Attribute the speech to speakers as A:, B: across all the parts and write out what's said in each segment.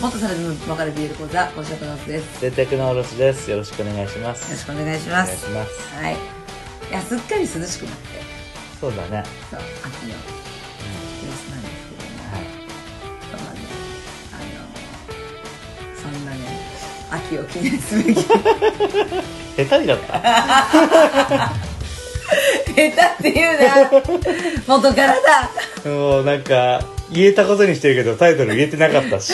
A: もっとさらに別れビール講座講師の小夏ですよ
B: 接客の卸です。よろしくお願いします。
A: ろしくお願いしま
B: お願い
A: す
B: します。
A: はいいやすっかり涼しくなって
B: そうだね。
A: そう秋の様子なんですけども、
B: はい。
A: そうだねあのそんなね秋を記念すべき下
B: 下手にだった。
A: 手っていう な元からだ
B: もうなんか、言えたことにしてるけど、タイトル言えてなかった し。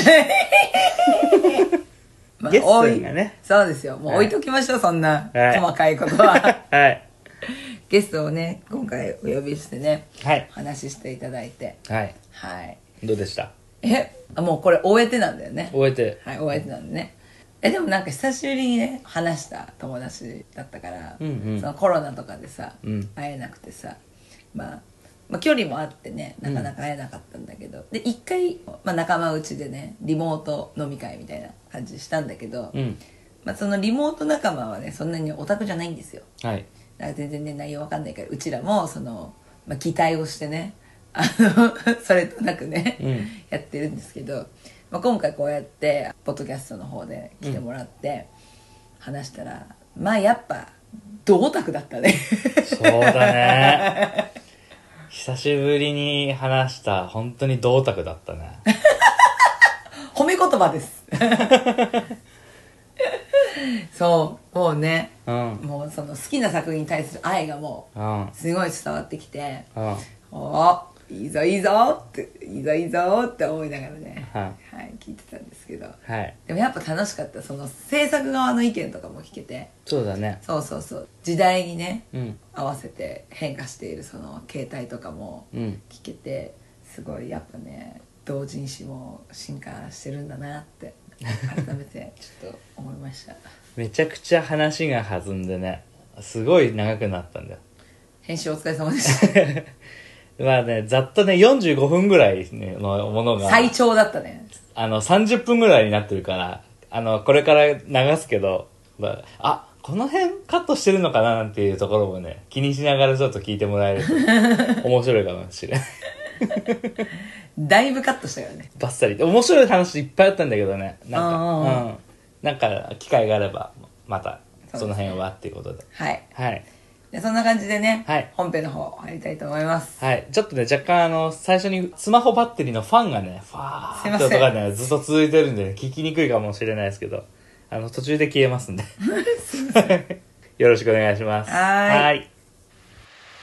A: まあ
B: ゲストが
A: 置
B: ね
A: いそうですよもう置いときましょう、そんな
B: はい
A: 細かいことは
B: はい。
A: ゲストをね今回お呼びしてね
B: はい
A: お。話ししていただいて
B: はい。
A: はい
B: どうでした
A: えあもうこれ終えてなんだよね
B: 終えて。
A: はい終えてなんでねえでもなんか久しぶりにね話した友達だったから、
B: うんうん
A: そのコロナとかでさ、
B: うん
A: 会えなくてさ、まあ、まあ距離もあってねなかなか会えなかったんだけど、で一回、まあ、仲間内でねリモート飲み会みたいな感じしたんだけど、
B: うん。
A: まあ、そのリモート仲間はねそんなにオタクじゃないんですよ
B: はい。
A: だから全然ね内容わかんないからうちらもその、まあ、期待をしてねあの それとなくね、
B: うん
A: やってるんですけど、まあ、今回こうやってポッドキャストの方で来てもらって話したら、まあやっぱ同卓だったね
B: そうだね。久しぶりに話した、本当に銅卓だったね。
A: 褒め言葉です そうもうね
B: うん。うん。
A: もうその好きな作品に対する愛がも
B: うん
A: う。すごい伝わってきて
B: は
A: おいいぞいいぞっていいぞいいぞって思いながらね、
B: はい
A: 聞いてたんですけど
B: い。
A: でもやっぱ楽しかったその制作側の意見とかも聞けて
B: そうだね。
A: そうそうそう時代にね、
B: うん。
A: 合わせて変化しているその携帯とかも
B: うん。
A: 聞けてすごいやっぱね同人誌も進化してるんだなって改めてちょっと思いました
B: めちゃくちゃ話が弾んでね。すごい長くなったんだよ。
A: 編集お疲れ様で した
B: まあね、ざっとね、45分ぐらいのものが、
A: 最長だったね
B: あの、30分ぐらいになってるから、あの、これから流すけど、まあ、あこの辺カットしてるのかななんていうところもね、気にしながらちょっと聞いてもらえる と、面白いかもしれない。
A: だいぶカットしたからね
B: バッサリ。面白い話いっぱいあったんだけどね、なん
A: うんうん
B: か、うん。なんか、機会があれば、また、その辺はっていうことで。
A: はい
B: はい。
A: でそんな感じでね、
B: はい
A: 本編の方入りたいと思います
B: はい。ちょっとね、若干あの、最初にスマホバッテリーのファンがね、ファ
A: すい
B: ー
A: ま
B: っ
A: せ
B: て
A: ん
B: 音がね、ずっと続いてるんで、ね、聞きにくいかもしれないですけど、あの、途中で消えますんで。よろしくお願いします。
A: はーい
B: い。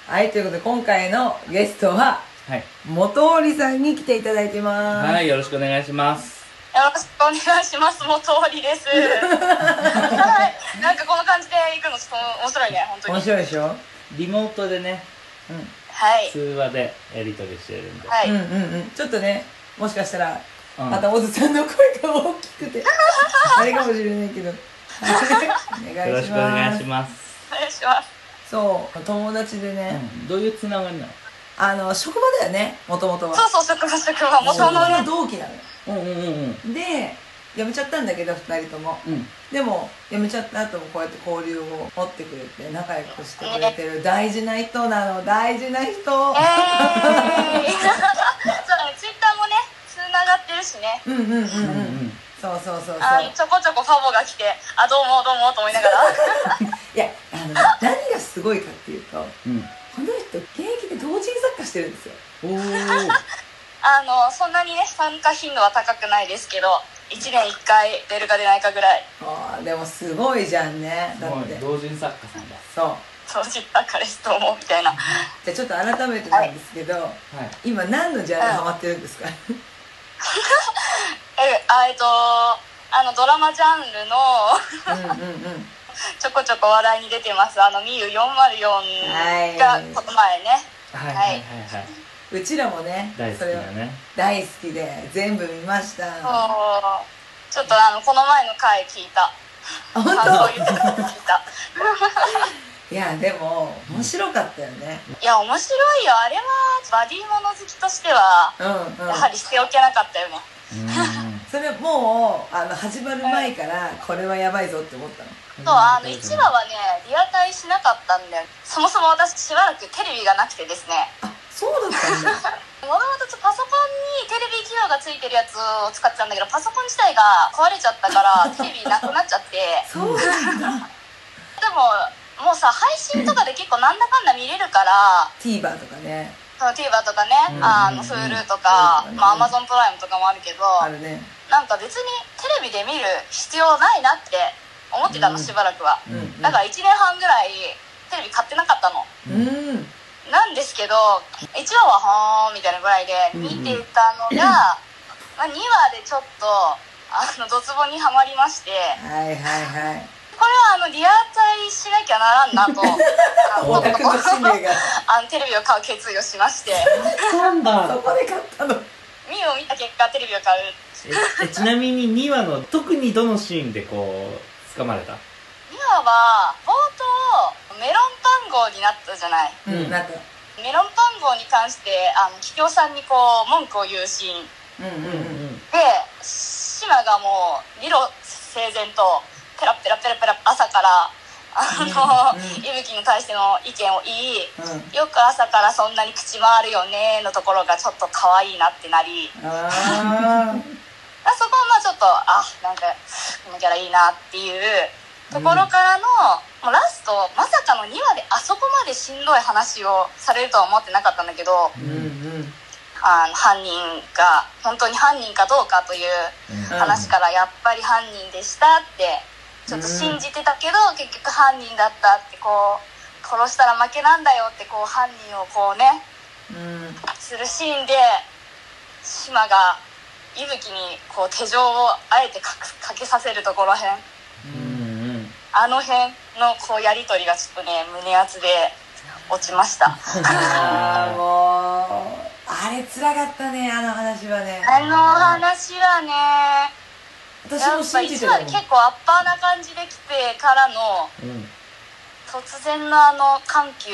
A: はいということで今回のゲストは
B: はい。
A: 元織さんに来ていただいてます、
B: はい、よろしくお願いします。
C: よろしくお願いします。もう通 りです。はい。なんかこの感じで行くのちょっと面白いね、本当
A: 面
C: に。
A: 白いでしょ、
B: リモートでね、
A: う
C: はい
B: 通。話でやりとりしてるんで。
C: はい。
A: ん、うんうんうんちょっとねもしかしたら
B: うん
A: またおずさんの声が大きく てあれかもしれないけどはいお
B: よ
A: 願
B: ろ
A: い
B: し
A: し
B: くお願
A: ます
B: いします。
C: お願いします。
A: そう友達でね、
B: うんどういうつながりなの
A: あの職場だよねもともとは
C: そうそう、職場職場。元
A: 職
C: の
A: 場の
C: ね。
A: 同期なのよ
B: うんうんうんうん。
A: で辞めちゃったんだけど2人とも
B: うん。
A: でも辞めちゃった後もこうやって交流を持ってくれて仲良くしてくれてる大事な人なの大事な人
C: えー イ。そうだね、ツイッターもね、繋がってるしね。
A: うんうんうんうん
B: うんうん。
A: そうそうそうそう
C: あのちょこちょこファボが来て、あ、どうもどうもと思いなが ら。
A: いやあのね何がすごいかっていうと
B: うん。
A: この人現役で同人作家してるんですよ
B: おー。
C: あの、そんなにね、参加頻度は高くないですけど、1年1回出るか出ないかぐらい、
A: あーでもすごいじゃんね
B: す
A: だ
B: ご
A: って
B: い、同人作家さんだ。
A: そう
C: 当時ばっかりすと思うみたいな。
A: じゃあちょっと改めてなんですけど、
B: はい。
A: 今何のジャンルハマってるんですか
C: え、あえっと、あの、ドラマジャンルの、
A: うんうんうん
C: ちょこちょこ話題に出てます。あの、ミユ404が、
A: はい
C: この前ね。
B: はいはいはいはい。
A: うちらもね
B: 大好き
A: それを
B: だね。
A: 大好きで全部見ましたあ
C: そうちょっとあの、この前の回聞いた。
A: 本
C: 感想言ってたの聞 いた。
A: 当いやでも面白かったよね
C: いや、面白いよ。あれは、バディモノ好きとしては、
A: うんうん
C: やはりしておけなかったよね。
B: う
A: それもうあの始まる前からこれはやばいぞって思ったの
B: ん
C: そう、あの、1話はね、リアタイしなかったんだよ。そもそも私、しばらくテレビがなくてですね。
A: あそうだったんだ
C: もともとパソコンにテレビ機能がついてるやつを使ってたんだけどパソコン自体が壊れちゃっ たからテレビなくなっちゃって
A: そうなんだ
C: でももうさ配信とかで結構なんだかんだ見れるから。
A: TVer とかね
C: その TVer とかね、
A: うん
C: あの
A: うん
C: Hulu とか、
A: うん
C: まあ、Amazon プライムとかもあるけど
A: あるね
C: なんか別にテレビで見る必要ないなって思ってたの
D: うん
C: しばらくは
A: うんうん
C: だから1年半ぐらいテレビ買ってなかったの
A: うん
C: なんですけど1話はほーんみたいなぐらいで
A: うんうん
C: 見てたの が、まあ、2話でちょっとあのドツボにはまりまして
A: はいはいはい
C: これはあのリアタイしなきゃならんな とあの
A: オタクの使命が
C: あのテレビを買う決意をしまして
B: た
A: そ
B: んだ
A: こで買ったの
C: ミュウを見た結果テレビを買う
B: ええちなみに2話の特にどのシーンでこう掴まれた
C: 今は冒頭メロンパン号になったじゃない
A: うんなんか
C: メロンパン号に関してあの桔梗さんにこう文句を言うシーン
A: うんうん
B: うん
A: うん
C: で島がもう理路整然とペラペラペラペラ朝からあ
A: う
C: の、
A: んうん
C: 息吹に対しての意見を言い
A: うん
C: よく朝からそんなに口回るよねのところがちょっと可愛いなってなり
A: あー
C: あそこはまあちょっとあなんかこのキャラいいなっていうところからの、もうラストまさかの2話であそこまでしんどい話をされるとは思ってなかったんだけど
A: うんうん
C: あの犯人が本当に犯人かどうかという話からやっぱり犯人でしたってちょっと信じてたけど、結局犯人だったってこう殺したら負けなんだよってこう犯人をこうね
A: うん
C: するシーンで島が伊吹にこう手錠をあえてかくかけさせるところへん
B: うんうん
C: あの辺のこうやり取りがちょっとね胸熱で落ちました
A: あーもうあれつらかったねあの話はね
C: あの話はね
A: 私
C: や
A: も
C: っぱ
A: 信じ
C: 一
A: てた
C: 話
A: も
C: で
A: ん
C: 結構アッパーな感じで来てからの
B: うん
C: 突然のあの緩急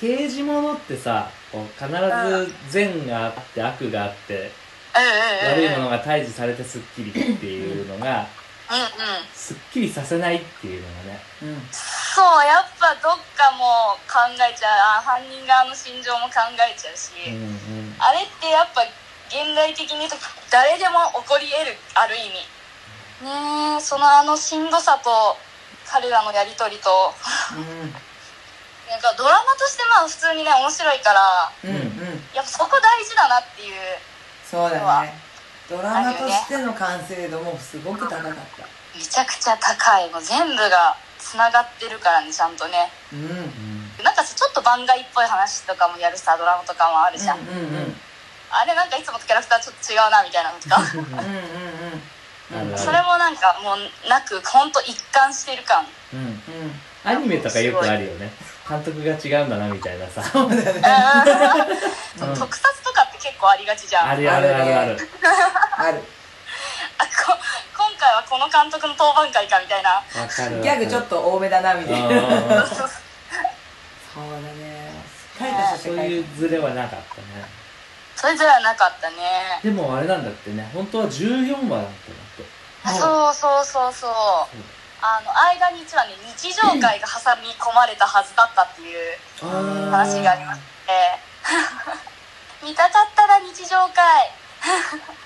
B: 刑事物ってさこう必ず善があって悪があって悪
C: 悪
B: いものが退治されてすっきりっていうのが
C: うんうん
B: すっきりさせないっていうのがね
A: うん
C: そうやっぱどっかもう考えちゃうあ犯人側の心情も考えちゃうし、
B: うんうん
C: あれってやっぱ現代的に言うと誰でも起こり得るある意味ねえそのあのしんどさと彼らのやり取りとなんかドラマとしてまあ普通にね面白いから
A: うんうんうん
C: やっぱそこ大事だなっていう
A: そうだねドラマとしての完成度もすごく高かった
C: めちゃくちゃ高いもう全部がつながってるからねちゃんとね
A: うんうんうん
C: なんかさちょっと番外っぽい話とかもやるさドラマとかもあるじゃん、
A: うん
C: あれなんかいつもとキャラクターちょっと違うなみたいなのとか
A: うんうん
B: あるある
C: それもなんかもうなくほんと一貫してる感
B: うんうん
A: うんうん
B: アニメとかよくあるよね監督が違うんだなみたいなさ
C: うん
B: うん
C: 特撮とかって結構ありがちじゃん
B: あるあるあるあ
A: ある
B: る
A: ある
C: あこ今回はこの監督の当番会かみたいな
B: わかるわ
A: ギャグちょっと多めだなみたいな
B: うんうんうん
A: そうだねしっかりとした
B: そ
A: 世
B: う
A: 界
B: いう
A: 観
B: ズレはなかったね
C: それぞれはなかったね
B: でもあれなんだってね本当は14話だったんだって
C: そうそうそうそうあの間に一話ね日常会が挟み込まれたはずだったっていう
A: あー
C: 話がありまして 見たかったら日常会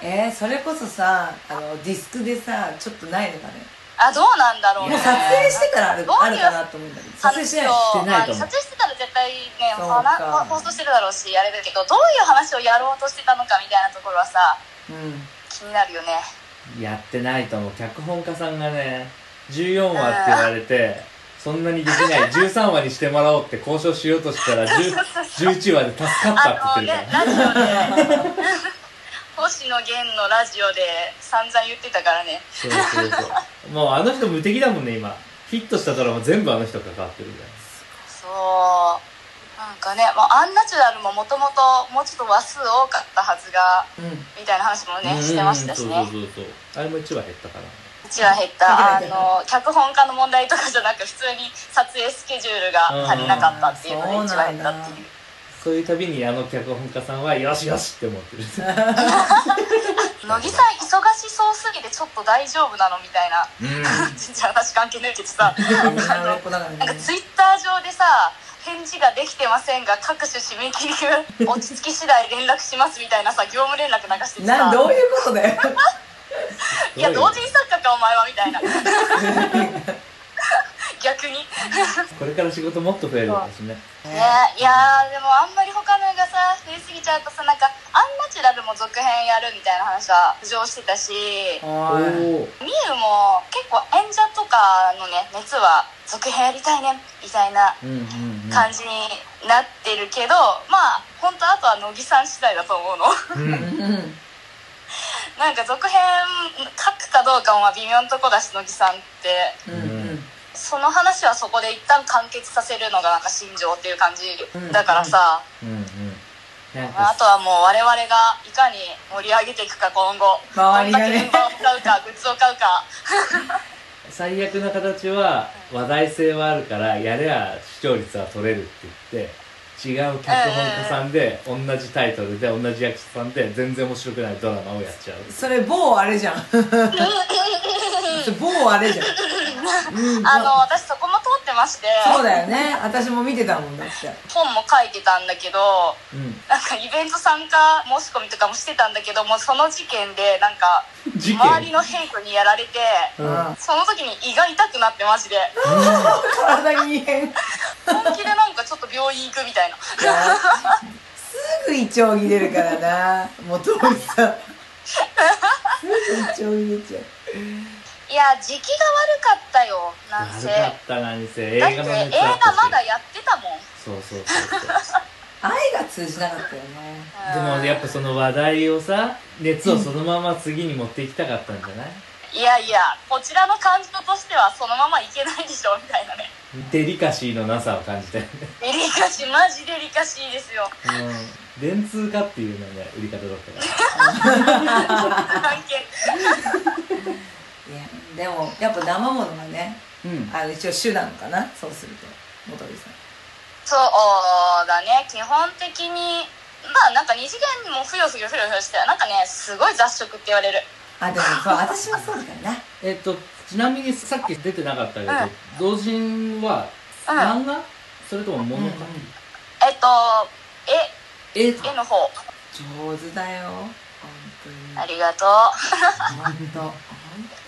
A: えー、それこそさあのディスクでさちょっとないのかね
C: あどうなんだろう
A: も
C: ね
A: う撮影してからある
C: どういう
A: あるかなと思うんだけど撮影してない
C: 話を
B: してないと思う
C: まあ撮影してたら絶対ね
A: そう
C: ほな
A: か
C: 放送してるだろうしあれだけどどういう話をやろうとしてたのかみたいなところはさ
A: う
C: 気になるよね
B: やってないと思う脚本家さんがね14話って言われてそんなにできない13話にしてもらおうって交渉しようとしたら10 11話で助かったって
C: あの
B: 言って
C: ね
B: るから
C: ラジオで星野源のラジオで散々言ってたからね
B: そうそうそうもうあの人無敵だもんね今ヒットしたドラマ全部あの人関わってるみたい
C: そうなんかね、まあ、アンナチュラルももともともうちょっと話数多かったはずが
A: んうん
C: みたいな話も
B: な
C: ねしてましたし
B: うんうん
C: ね
B: そうそうそうそうあれも1話減ったから
C: 1話減っ
A: は
C: たあ
A: いはい
C: の脚本家の問題とかじゃなく普通に撮影スケジュールが足りなかったっていうので
A: うん
C: 1話減ったっていう
B: そういうたびにあの脚本家さんはよしよしって思ってる
C: 乃木さん忙しそうすぎてちょっと大丈夫なのみたいな
B: うん
C: 全然話関係ないけどさ
A: 女の子だから
C: なんか
A: ね
C: ツイッター上でさ「返事ができてませんが各種締め 切りが落ち着き次第連絡しますみたいなさ業務連絡流してて
A: な
C: さ
A: どういうことだよ
C: いや同人作家かお前はみた いな逆に
B: これから仕事もっと増えるんですね
C: ね、いやーでもあんまり他の映画さ増えすぎちゃうとさなんか「アンナチュラル」も続編やるみたいな話は浮上してたし
A: お
B: お
A: ー
B: お
C: ミユも結構演者とかのね熱は続編やりたいねみたいな
B: うんうんうん
C: 感じになってるけど、まあ本当あとは乃木さん次第だと思うの
B: うん
C: なんか続編書くかどうかもまあ微妙なとこだし乃木さんって
A: うんうん
C: その話はそこで一旦完結させるのがなんか心情っていう感じだからさ、
B: うんうんなん
C: まあ、あ
B: か
C: とはもう我々がいかに盛り上げていくか今後
A: 周りがね
C: どんだけメンバーを買うかグッズを買うか
B: 最悪な形は話題性はあるからやれや視聴率は取れるって言って違う脚本家さんで同じタイトルで同じ役者さんで全然面白くないドラマをやっちゃう
A: それ某あれじゃん それ某あれじゃん
C: あの私そこも通ってまして
A: そうだよね私も見てたもんだって
C: 本も書いてたんだけど
B: うん
C: なんかイベント参加申し込みとかもしてたんだけどもうその事件でなんか
B: 事件
C: 周りの変化にやられて
A: うん
C: その時に胃が痛くなってマジで
A: 体に異変
C: 本気でなんかちょっと病院行くみたいな
A: すぐ胃腸に出るからなもう通りさすぐ胃腸に出ちゃう
C: いや時期が悪かったよなん
B: 悪
C: せ
B: か
C: だ
B: ったなにせ映
C: って
B: 画
C: 映
B: の
C: 画
B: 熱あったし
C: まだやってたもん
B: そうそうそうそう
A: 愛が通じなかったよね
B: でもやっぱその話題をさ熱をそのまま次に持っていきたかったんじゃない、
C: いやいやこちらの感情としてはそのままいけないでしょみたいなね
B: デリカシーのなさを感じたよね、
C: デリカシーマジデリカシーですよ
B: うん、電通かっていうのが売り方だったから
C: 関係
A: いやでもやっぱ生ものがね
B: うん
A: あの一応手段かなそうすると元木さん
C: そうだね基本的にまあなんか二次元もふよふよふよふよしてなんかねすごい雑食って言われる
A: あでもそう私もそうだからな
B: えっとちなみにさっき出てなかったけど、
C: うん
B: 同人は
C: うん
B: 漫画、それとも物か、
C: えっと絵
B: え
C: 絵の方
A: 上手だよ本当に
C: ありがとう
A: 本当本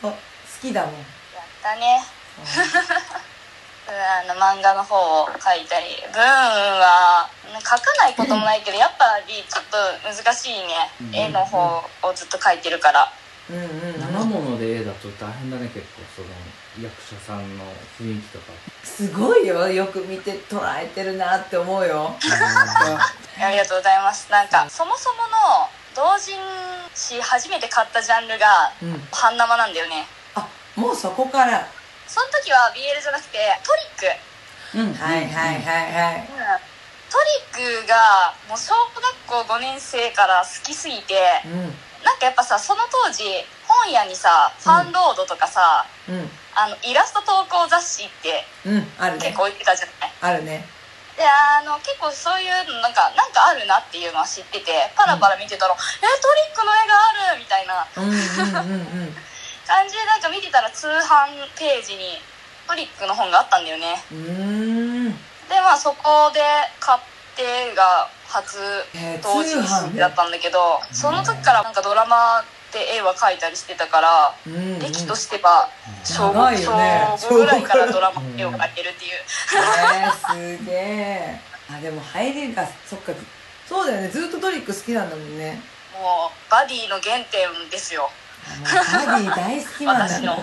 A: 当好き だもん
C: やったねうんあの漫画の方を書いたり文はうん書かないこともないけどやっぱりちょっと難しいね
B: うん
C: 絵の方をずっと書いてるから
A: うんうん
B: 生物で絵だと大変だね結構その役者さんの雰囲気とか
A: すごいよよく見て捉えてるなって思うよ
C: ありがとうございますなんかそもそもの同人誌初めて買ったジャンルが
A: うん
C: 半生なんだよね
A: あもうそこから
C: その時は BL じゃなくてト
B: う
C: リック、
B: ん
A: はいはいはいはい
C: トリックがもう小学校5年生から好きすぎて
A: う
C: なんかやっぱさその当時本屋にさファンロードとかさ、
A: ん
C: あのイラスト投稿雑誌って
A: うんうんあるね
C: 結構置いてたじゃない
A: あるね
C: であの結構そういうのなんかなんかあるなっていうのは知っててパラパラ見てたら「えトリックの絵がある!」みたいな
A: うんうんうん うん
C: 感じでなんか見てたら通販ページにトリックの本があったんだよね
A: うーん
C: でまあそこで買ってが初
A: えー
C: 同人
A: 通販
C: 誌
A: で
C: だったんだけどその時からなんかドラマで絵は描いたりしてたから
A: うんうん
C: 歴としては小
A: 長いよね
C: 小5ぐらいからドラマで絵を描いてるっていう
A: えーすげえあでも入りがそっかそうだよねずっとトリック好きなんだもんね
C: もうバディの原点ですよ
A: あもうバディ大好きなんだ
C: 私の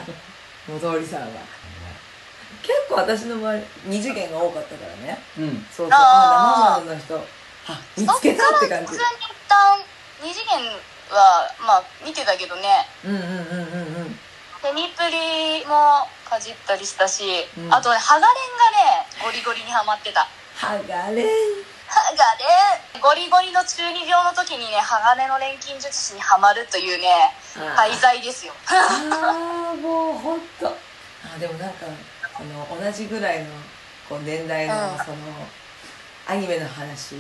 A: 戻りさんは結構私の周り二次元が多かったからね
B: うん
A: そうそうあ
C: あー
A: 生まれの人あ見つけたって感じ
C: そっから普通に一旦二次元はまあ見てたけどね
A: うんうんうんうんうん
C: フェニプリもかじったりしたし、
A: うん
C: あとねハガレンがねゴリゴリにハマってた
A: 剥がれん
C: ハガレンゴリゴリの中二病の時にね鋼の錬金術師にハマるというね
A: あ
C: 廃材ですよ
A: あーもうほんとあでもなんかあの同じぐらいのこう年代の
C: うん
A: そのアニメの話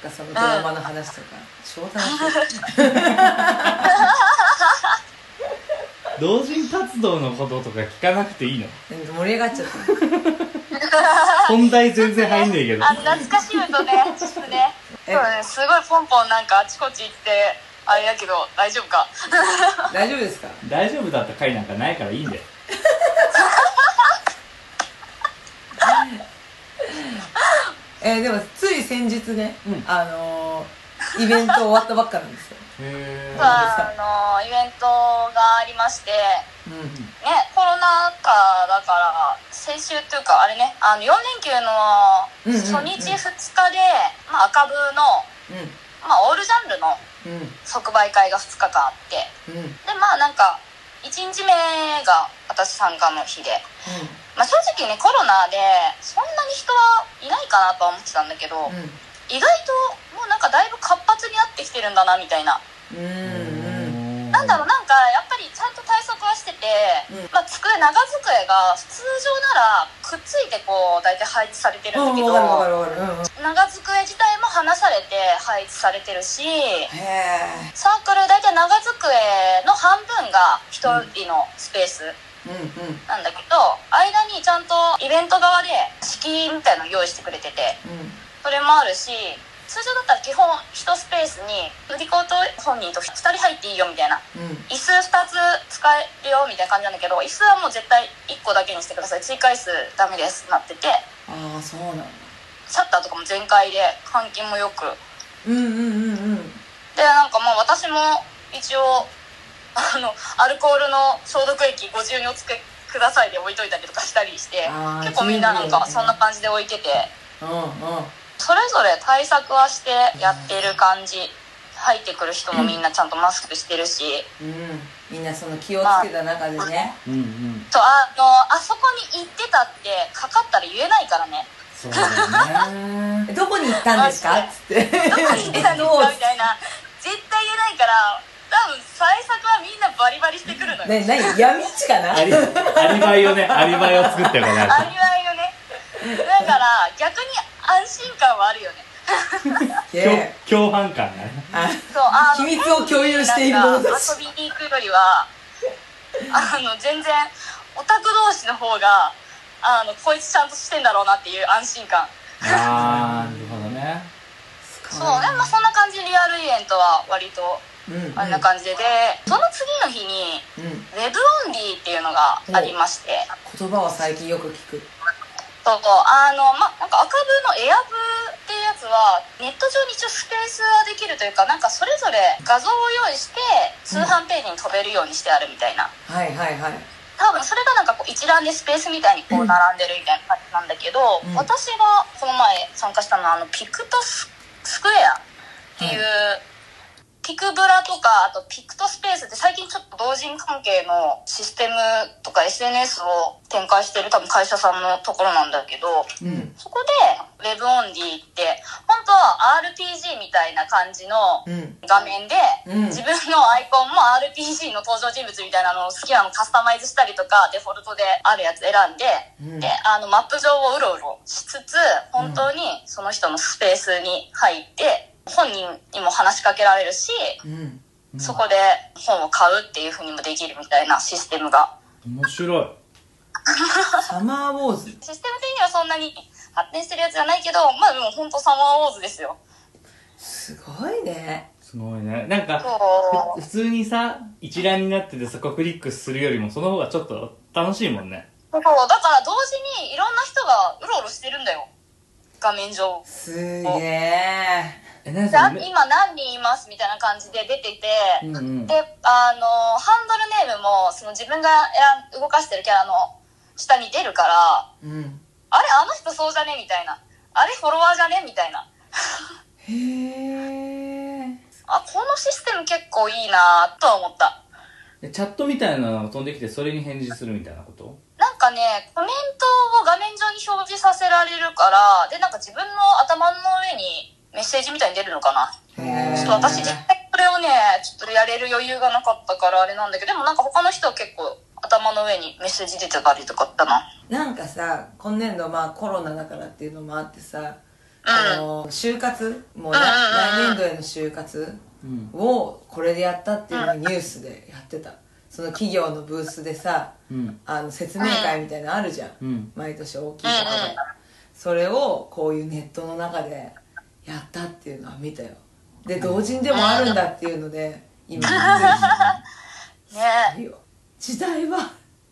A: とかそのドラマの話とか超楽しい
D: 同人活動のこととか聞かなくていいの
A: 盛り上がっちゃった
D: 本題全然入んねえけど
C: あ懐かしいとねちょっとねそうねすごいポンポンなんかあちこち行ってあれだけど大丈夫か
A: 大丈夫ですか
D: 大丈夫だった回なんかないからいいんだよ
A: えーでもつい先日ね、あのーイベント終わったばっかなんですよ、
D: へ
C: そうあのイベントがありましてねコロナ禍だから先週というかあれねあの4連休
A: うんうんうん
C: の初日2日で、まあ、赤部の、まあ、オールジャンルの
A: うんうん
C: 即売会が2日間あって
A: うんうん
C: でまあなんか1日目が私参加の日で、まあ、正直ねコロナでそんなに人はいないかなとは思ってたんだけど、意外ともうなんかだいぶ活発になってきてるんだなみたいな
A: うんうんうん
C: なんだろうなんかやっぱりちゃんと対策はしてて、
A: うん
C: まあ、机長机が通常ならくっついてこう大体配置されてるんだけ
A: うん
C: ど
A: わかるわかるわかるうんうん
C: 長机自体も離されて配置されてるし
A: へ
C: サークル大体長机の半分が1人のスペース
A: えうんうん
C: なんだけど、間にちゃんとイベント側で敷居みたいのを用意してくれてて
A: うん
C: それもあるし通常だったら基本1スペースに売り子と本人と2人入っていいよみたいな
A: うん
C: 椅子2つ使えるよみたいな感じなんだけど椅子はもう絶対1個だけにしてください追加椅子ダメですなってて
A: ああそうなんだ
C: シャッターとかも全開で換気もよく
A: うんうんうんうん
C: でなんかもう私も一応あのアルコールの消毒液ご自由にお付けくださいで置いといたりとかしたりして
A: あー
C: 結構みんななんか
A: 十分
C: そ
A: だ
C: んな
A: ね
C: 感じで置いてて
A: うんうん
C: それぞれ対策はしてやってる感じ入ってくる人もみんなちゃんとマスクしてるし
A: うん、みんなその気をつけた中でね、
D: うんうん
C: とあのあそこに行ってたってかかったら言えないからね
D: そうだよね
A: どこに行ったんですか
C: マ
A: っつって
C: どこに行ってたんですかみたいな絶対言えないから多分対策はみんなバリバリしてくるのよ
A: ね何闇市かな
D: アリアリバイをねアリバイを作ってもらう
C: ありわいよねだから逆に安心感はあるよね
D: 共
A: で
D: 共犯感がね
A: あ
C: そうあの
A: 秘密を共有している
C: なん
A: 者
C: か
A: たち
C: 遊びに行くよりはあの全然オタク同士の方があのこいつちゃんとしてんだろうなっていう安心感
D: ああなるほどね
C: そうでもまあそんな感じでリアルイベントは割と
A: うんうん
C: あんな感じででその次の日に
A: うん
C: ウェブオンリーっていうのがありまして
A: 言葉は最近よく聞く
C: そうあのまなんか赤部のエアブっていうやつはネット上に一応スペースはできるというかなんかそれぞれ画像を用意して通販ページに飛べるようにしてあるみたいな
A: はいはいはい
C: 多分それがなんかこう一覧でスペースみたいにこう並んでるみたいな感じなんだけど、
A: うん
C: 私がこの前参加したのはあのピクトススクエアっていう、ピクブラとかあとピクトスペースって最近ちょっと同人関係のシステムとか SNS を展開してる多分会社さんのところなんだけ
A: う
C: ど
A: ん
C: そこで Web オンリーって本当は RPG みたいな感じの
A: うん
C: 画面で、
A: うん
C: 自分のアイコンも RPG の登場人物みたいなのを好きなのカスタマイズしたりとかデフォルトであるやつ選んで、
A: うん
C: であのマップ上をうろうろしつつ本当にその人のスペースに入って本人にも話しかけられるし、
A: うん
C: そこで本を買うっていうふうにもできるみたいなシステムが
D: 面白い
A: サマーウォーズ
C: システム的にはそんなに発展してるやつじゃないけどまあでも本当サマーウォーズですよ
A: すごいね
D: すごいねなんか
C: そう
D: ふ普通にさ一覧になっててそこクリックするよりもその方がちょっと楽しいもんね
C: そうだから同時にいろんな人がうろうろしてるんだよ画面上
A: すげえ
D: え何
C: さ
D: め
C: 今何人いますみたいな感じで出てて、
D: うんうん
C: であのハンドルネームもその自分が選ん動かしてるキャラの下に出るから
A: うん
C: あれあの人そうじゃねみたいなあれフォロワーじゃねみたいな
A: へ
C: あこのシステム結構いいなとは思った
D: えチャットみたいなのが飛んできてそれに返事するみたいなこと
C: なんかねコメントを画面上に表示させられるからでなんか自分の頭の上にメッセージみたいに出るのかな
A: え
C: ちょっと私実際それをねちょっとやれる余裕がなかったからあれなんだけどでもなんか他の人は結構頭の上にメッセージ出てたりとかあったな
A: なんかさ今年度まあコロナだからっていうのもあってさ、
C: うん
A: あの就活もうな
C: うんうんうん
A: 来年度への就活
D: うん
A: をこれでやったっていうのがニュースでやってた、その企業のブースでさ
B: うん
A: あの説明会みたいなのあるじゃん、
B: うん
A: 毎年大きいとこでそれをこういうネットの中でやったっていうのは見たよで同人でもあるんだっていうので今
C: ねえ
A: いいよ時代は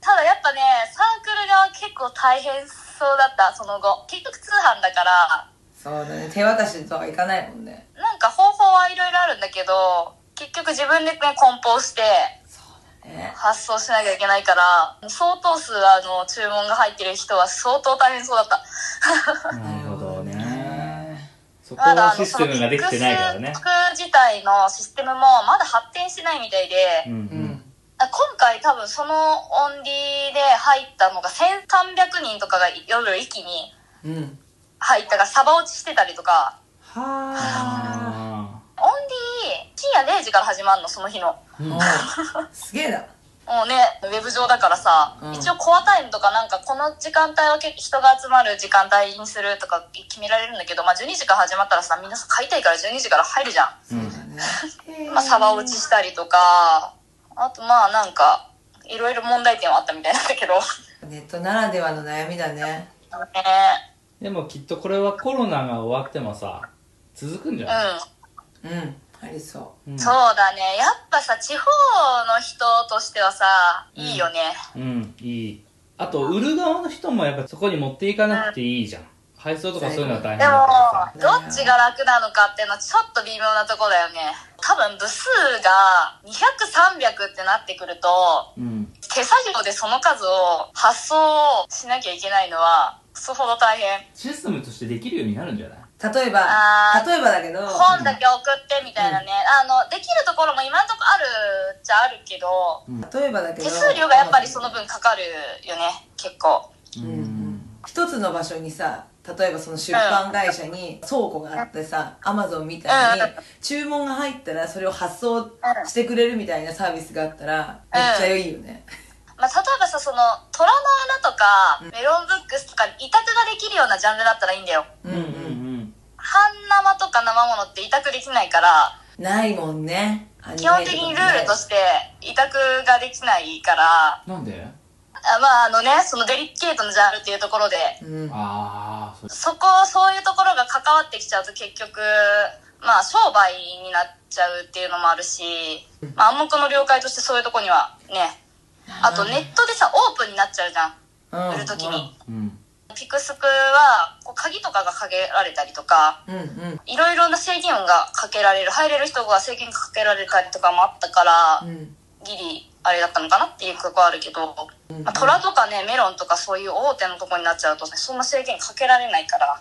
C: ただやっぱねサークルが結構大変そうだったその後結局通販だから
A: そうだね手渡しとはいかないもんね
C: なんか方法はいろいろあるんだけど結局自分で、ね、梱包して
A: そうだね
C: 発送しなきゃいけないから相当数あの注文が入ってる人は相当大変そうだった
B: なるほどねそこ
C: まだ
B: は
C: あの
B: システムができてないからね
C: そのビッグス自体のシステムもまだ発展してないみたいで、
B: うんう
A: うんん
C: 今回多分そのオンリーで入ったのが1300人とかが夜一気に
A: うん
C: 入ったがサバ落ちしてたりとか
A: はあ
B: あ
C: オンリー深夜0時から始まるのその日の
A: もうすげえな
C: もうねウェブ上だからさ、
A: うん
C: 一応コアタイムとかなんかこの時間帯は結構人が集まる時間帯にするとか決められるんだけど、まあ、12時から始まったらさみんなさ買いたいから12時から入るじゃ
A: そうだね
C: ん、まあ、サバ落ちしたりとかあとまあなんかいろいろ問題点はあったみたいなん だけどね
A: ネットならではの悩みだね
B: ーでもきっとこれはコロナが終わってもさ続くんじゃ
C: う
B: ない
C: ん
A: うんありそ
B: うん
C: そうだねやっぱさ地方の人としてはさいいよね、
B: うんいいあと売る側の人もやっぱそこに持っていかなくていいじゃん配送とかそういうのは大変
C: で
B: だ
C: も
B: か、
C: どっちが楽なのかっていうのはちょっと微妙なとこだよね。多分部数が200、300ってなってくる
B: ら
C: と、
B: さうん
C: 手作業でその数を発送しなきゃいけないのは、クソほど大変。
B: システムとしてできるようになるんじゃないう
A: 例えば
C: あー
A: 例えばだけど
C: 本だけ送ってみたいなね。あの、できるところも今のとこあるっちゃあるけど、
A: 例えばだけど
C: 手数料がやっぱりその分かかるよね、結構。
A: うんうん一つの場所にさ例えばその出版会社に倉庫があってさアマゾンみたいに
C: うん
A: 注文が入ったらそれを発送してくれるみたいなサービスがあったらめっちゃいいよね
C: まあ、例えばさ、その、虎の穴とか、メロンブックスとかに委託ができるようなジャンルだったらいいんだよ。
A: う
B: うんん
A: う
B: うん
A: ん
B: うん
C: 半生とか生ものって委託できないから、
A: ないもんね
C: 基本的にルールと
A: て
C: して委託ができないから、
B: なんで
C: あまああのね、そのデリケートなジャンルっていうところで、
A: うん
B: ああそう
C: そこ、そういうところが関わってきちゃうと結局、まあ商売になっちゃうっていうのもあるし、まあ暗黙の了解としてそういうとこにはね、あとネットでさ、オープンになっちゃうじゃん、売るときに。
B: うん
C: ピクスクは、こう鍵とかがかけられたりとか、
A: うんうん
C: いろいろな制限がかけられる入れる人が制限かけられたりとかもあったから、
A: うん
C: ギリあれだったのかなっていうとこはあるけど、まあ、虎とかねメロンとかそういう大手のとこになっちゃうとそんな制限かけられないから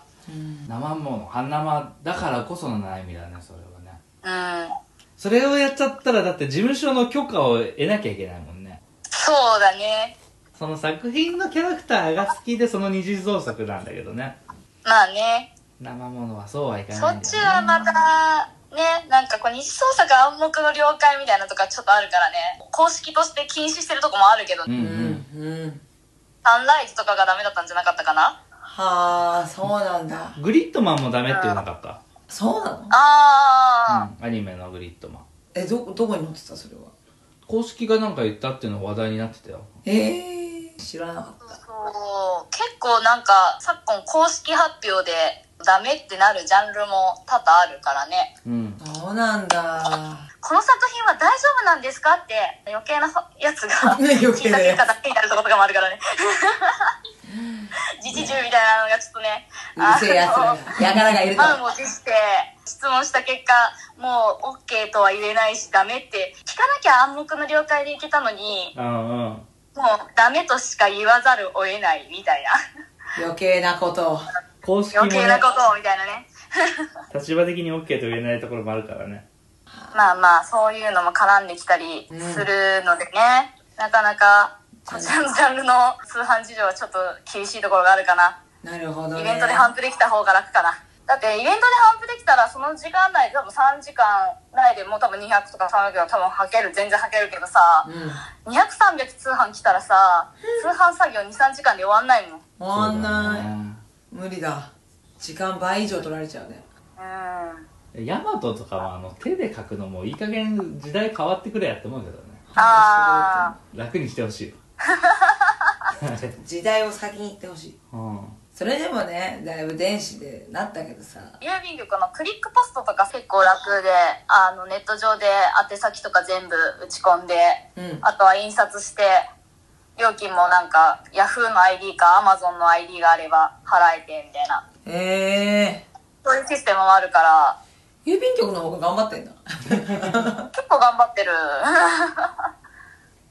B: 生もの半生だからこその悩みだねそれはね
C: うん
B: それをやっちゃったらだって事務所の許可を得なきゃいけないもんね
C: そうだね
B: その作品のキャラクターが好きでその二次創作なんだけどね
C: まあね
B: 生ものはそうはいか
C: そ
B: ないん
C: っ
B: だ
C: ち
B: よ、ね、
C: はまたねなんかこう二次創作暗黙の了解みたいなとかちょっとあるからね公式として禁止してるとこもあるけど、
B: うんう
A: うん
B: ん
A: うん
C: サンライズとかがダメだったんじゃなかったかな
A: はあそうなんだ
B: グリッドマンもダメって言うなかった
A: そうなの
C: ああ、
B: うん、アニメのグリッドマン
A: えどどこに載ってたそれは
B: 公式がなんか言ったっていうの話題になってたよ
A: ええ知らなかった
C: そう結構なんか昨今公式発表でダメってなるジャンルも多々あるからね
B: うん
A: そうなんだ
C: この作品は大丈夫なんですかって余計なやつが
A: ね 余計
C: 聞い
A: な
C: た
A: やつ
C: 結果だけになるとことかもあ るからね自治中みたいなのがちょっとね
A: うるせえやつらがやからがいると
C: 満を持して質問した結果もう OK とは言えないしダメって聞かなきゃ暗黙の了解でいけたのに
B: うんうん
C: もうダメとしか言わざるを得ないみたいな
A: 余計なことを
B: 公式も、
C: 余計
B: ね、
C: なことをみたいなね
B: 立場的に OK と言えないところもあるからね
C: まあまあ、そういうのも絡んできたりするのでね、なかなか、こちらのジャンルの通販事情はちょっと厳しいところがあるかな。
A: なるほどね
C: イベントで反布できた方が楽かな。だって、イベントで反布できたら、その時間内、多分3時間内でもう多分200とか300は多分はける、全然はけるけどさ、
A: うん
C: 200、300通販来たらさ、通販作業2、3時間で終わんないもん。うん。
A: 終わん
B: そうだ
A: ない、
B: よね
A: 無理だ時間倍以上取られちゃうね
B: ヤマトとかはあの手で書くのもいい加減時代変わってくれやって思うけどね
C: あ
B: 楽にしてほしい。
A: 時代を先に行ってほしい
B: うん。
A: それでもねだいぶ電子でなったけどさ
C: 郵便局のクリックポストとか結構楽であのネット上で宛先とか全部打ち込んで、
A: うん
C: あとは印刷して料金もなんか Yahoo の ID か Amazon の ID があれば払えてみたいな
A: ええ
C: そういうシステムもあるから
A: 郵便局の方が 頑張ってんな
C: 結構頑張ってる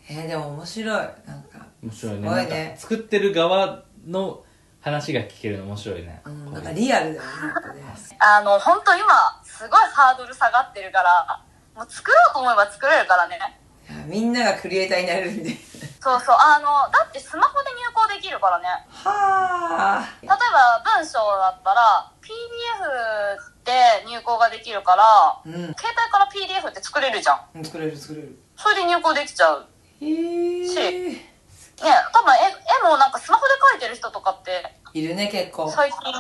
A: えー、でも面白いなんか
B: 面白いね。
A: すごい
B: なんか
A: ね
B: 作ってる側の話が聞けるの面白いね。
A: うん、なんかリアルだよねなんかね
C: あの本当今すごいハードル下がってるからもう作ろうと思えば作れるからね
A: いやみんながクリエイターになれるんで
C: そうそうあのだってスマホで入稿できるからね
A: はあ
C: 例えば文章だったら PDF で入稿ができるから、
A: うん
C: 携帯から PDF って作れるじゃん
A: 作れる作れる
C: それで入稿できちゃう
A: へえ
C: ね多分絵絵もなんかスマホで描いてる人とかって
A: いるね結構
C: 最近ね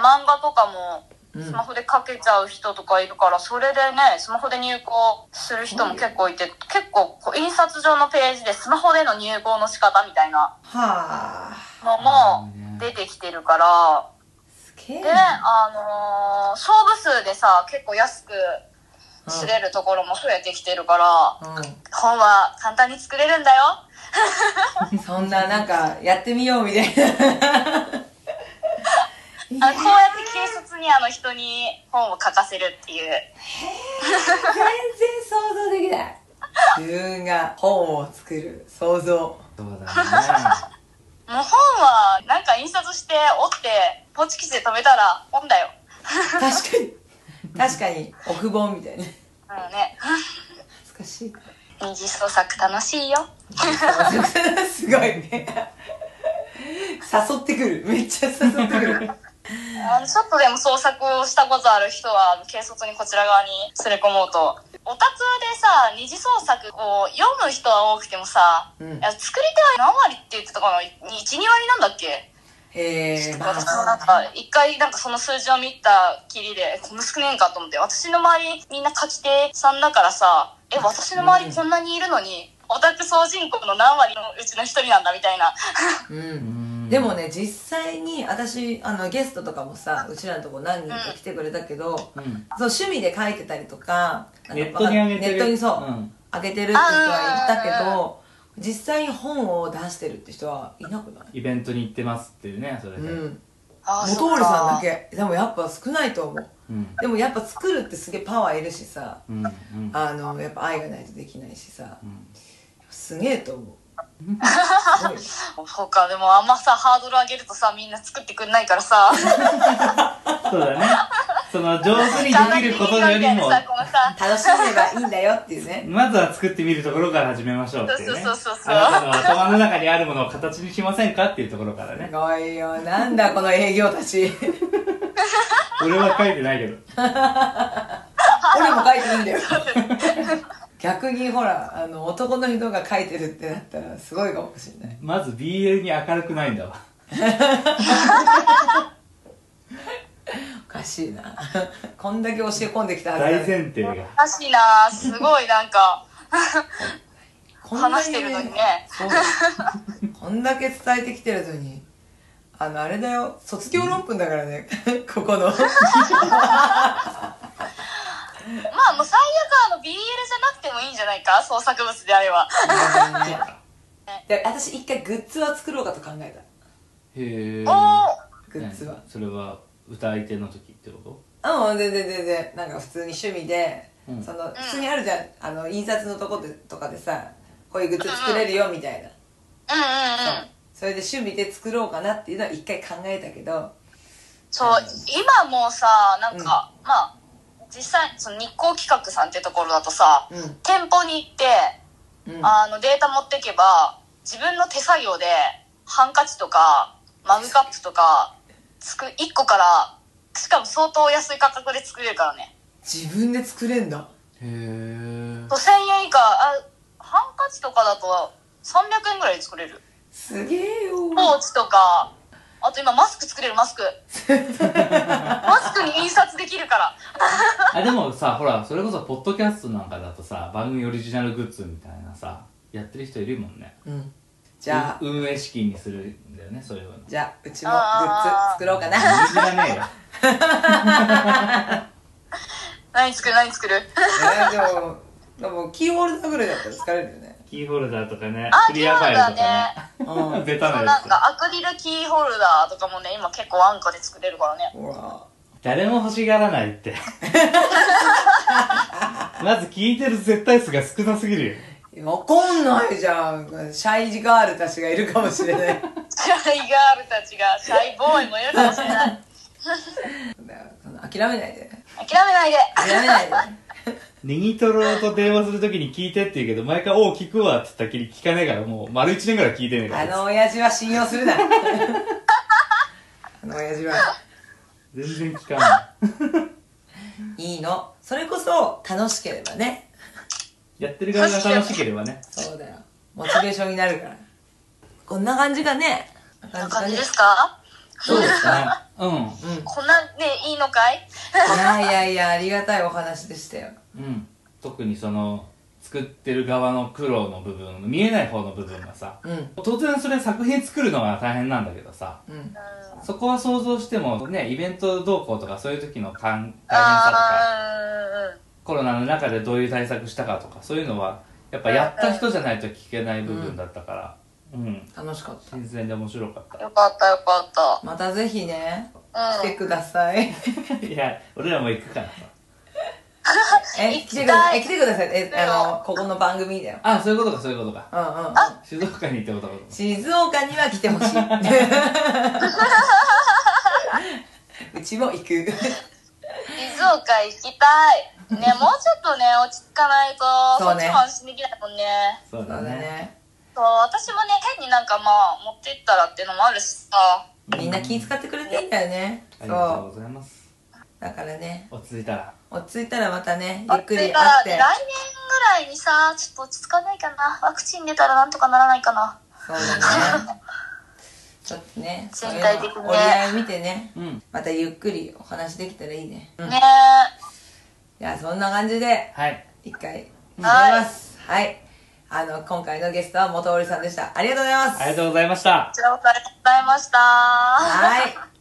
C: 漫画とかも
A: うん
C: スマホで描けちゃう人とかいるから、それでねスマホで入稿する人も結構いて結構こう印刷上のページでスマホでの入稿の仕方みたいな
A: はあ
C: のも出てきてるから。
A: すげえ
C: でね、あのー勝負数でさ、結構安く知れるところも増えてきてるから、本は簡単に作れるんだよ。
A: うん、そんななんかやってみようみ たいない
C: あ
A: や
C: のこうやって軽率にあの人に本を書かせるっていう。
A: 全然想像できない自分が本を作る想像
B: そうだね。
C: もう本はなんか印刷して折って、ポチキスで止めたら本だよ。
A: 確かに確かに奥本みたいな
C: うんね。
A: 懐かしい
C: 二次創作楽しいよ。
A: すごいね誘ってくるめっちゃ誘ってくる
C: あのちょっとでも創作をしたことある人はあの軽率にこちら側に連れ込もうとオタツでさ二次創作を読む人は多くてもさ、
A: うん
C: いや作り手は何割って言ってたかな12割なんだっけ
A: へえ
C: 私もなんか一回なんかその数字を見たきりでこんな少ねえんかと思って私の周りみんな書き手さんだからさえ私の周りこんなにいるのにオタク総人口の何割のうちの一人なんだみたいな
A: うん、でもね実際に私あのゲストとかもさうちらのとこ何人か来てくれたけど、
B: う
A: そう
B: ん。
A: 趣味で書いてたりとかあの
B: ネットに上げてる。
A: ネットにそう、
B: ん
A: 上げてるって人はいたけど実際に本を出してるって人はいなくない
B: イベントに行ってますっていうね、それ
A: う
B: で。
A: ん
C: あー
A: 元
C: そっ
A: 森さん
C: か
A: だけでもやっぱ少ないと思う
B: うん。
A: でもやっぱ作るってすげえパワーいるしさ
B: うん。うん。
A: あのやっぱ愛がないとできないしさ、
B: ん
A: すげえと 思うすごい
C: そうか、でもあんまさ、ハードル上げるとさ、みんな作ってくんないからさ、
B: そうだね。その上手にできることよ
C: みた
B: り
C: いな
B: も、
C: さ、このさ、
A: 楽しめばいいんだよっていうね
B: まずは作ってみるところから始めましょうっていうね。
C: そうそうそうそう
B: あなたの頭の中にあるものを形にしませんかっていうところから
A: す
B: ね。
A: ごいよなんだこの営業たち
B: 俺は書いてないけど。
A: 俺も書いていいんだよ逆にほらあの男の人が書いてるってなったらすごいかもしれない
B: まず BL に明るくないんだわ。
A: おかしいなこんだけ教え込んできたはずなの
B: 大
A: に
B: 前提が。
C: おかしいなすごいなんか、
A: こんなに
C: 話してるのにね
A: そうこんだけ伝えてきてるのにあのあれだよ卒業論文だからね ここの
C: まあもう最悪あの BL じゃなくてもいいんじゃないか創作物であれば。
A: で私一回グッズは作ろうかと考えた
B: へえ。
C: おー
A: グッズは
B: それは歌い手の時ってこ
A: うん全然全然なんか普通に趣味で、
B: うん
A: その普通にあるじゃんあの印刷のとこでとかでさこういうグッズ作れるよみたいな、
C: うんうんうん。
A: それで趣味で作ろうかなっていうのは一回考えたけど
C: そう、今もうさ、なんか、まあ、実際、その日光企画さんってところだとさ、
A: うん
C: 店舗に行って、
A: うん
C: あの、データ持ってけば、自分の手作業で、ハンカチとか、マグカップとか、つく、1個から、しかも相当安い価格で作れるからね。
A: 自分で作れんだ
B: とへえ。
C: と1000円以下、あ、ハンカチとかだと、300円ぐらいで作れる。
A: すげえよ
C: ポーチとか、あと今マスク作れるマスクマスクに印刷できるから
B: あでもさほらそれこそポッドキャストなんかだとさ番組オリジナルグッズみたいなさやってる人いるもんね
A: うんじゃあ
B: う運営資金にするんだよねそういうの
A: じゃあうちもグッズ作ろうかな
B: 知らねえ よ
C: 何作る何作る
A: えーでもでもキーホルダーぐらいだったら疲れるよね
B: キーホルダーとかね
C: あ
B: クリアファイルとか
A: うんほ
B: ね ベ
C: そ
B: タなや
C: うなん
B: つ
C: かアクリルキーホルダーとかもね今結構安価で作れるか らね
A: ら
B: 誰も欲しがらないって まず聞いてる絶対数が少なすぎるよ
A: わかんないじゃんシャイガールたちがいるかもしれない
C: シャイガールたちがシャイボーイもいるかもしれない
A: だからその諦めないで
C: 諦めないで
A: 諦めないで
B: ネギトロと電話するときに聞いてって言うけど、毎回、おう、聞くわって言ったっきり聞かねえから、もう、丸一年ぐらい聞いてねえか
A: あ
B: ら。
A: の親父は信用するなあの親父は
B: 全然聞かない。
A: いいのそれこそ楽しければね
B: やってる側が楽しければね。
A: そうだよモチベーションになるからこんな感じがねこん
C: こ
A: な
C: んな感じ
A: ね
C: ですか
B: そうですね。う
C: こんなんでいいのか
A: い
C: い
A: やいやいやありがたいお話でしたよ
B: ん。うん。特にその、作ってる側の苦労の部分、見えない方の部分がさ、
A: うん
B: 当然それ作品作るのが大変なんだけどさ、
A: うん
B: そこは想像しても、ね、イベント動向とかそういう時の感大変さとか、
C: あーうん
B: コロナの中でどういう対策したかとかそういうのはやっぱやった人じゃないと聞けない部分だったからうん、
A: 楽しかった
B: 新鮮で面白かっ
C: よかったよかっ
A: またぜひね来
C: たうん
A: てください
B: た いや俺らも行くからさ
A: え
C: 行
A: 来
C: き
A: てくだ
C: た
A: さい
C: い
A: え来てくださいえあのここの番組だよ
B: あそういうことかそういうことか
A: うんうん
B: 静岡に行ってことかと思った
A: 静岡には来てほしいうちも行く
C: 静岡行きたい ねもうちょっとね落ち着かないと
A: そ
C: そうっ
A: ね
C: ちも安心できないもんね
B: そうだね
C: そう私もね変になんかまあ持ってったらっていうのもあるしさ
A: みんな気遣ってくれてんだよねそ
B: ありがとう
A: う
B: ございます
A: だからね
B: 落ち着いたら
A: 落ち着いたらまたねゆ
C: 落
A: っく
C: ち着
A: り
C: いたら
A: 会っ
C: 来
A: て
C: 年ぐらいにさちょっと落ち着かないかなワクチン出たらなんとかならないかな
A: そうだねちょっとねそういう
C: 全体的にね
A: の折り合い見てね
B: うん
A: またゆっくりお話できたらいいね、うん、い
C: ねえ
A: やそんな感じで
B: はい
A: 一回締め
C: はい
A: ますはい、あの今回のゲストは元織さんでしたありがとうございます
B: ありがとうございました
C: こちらこそありがとうございました
A: はい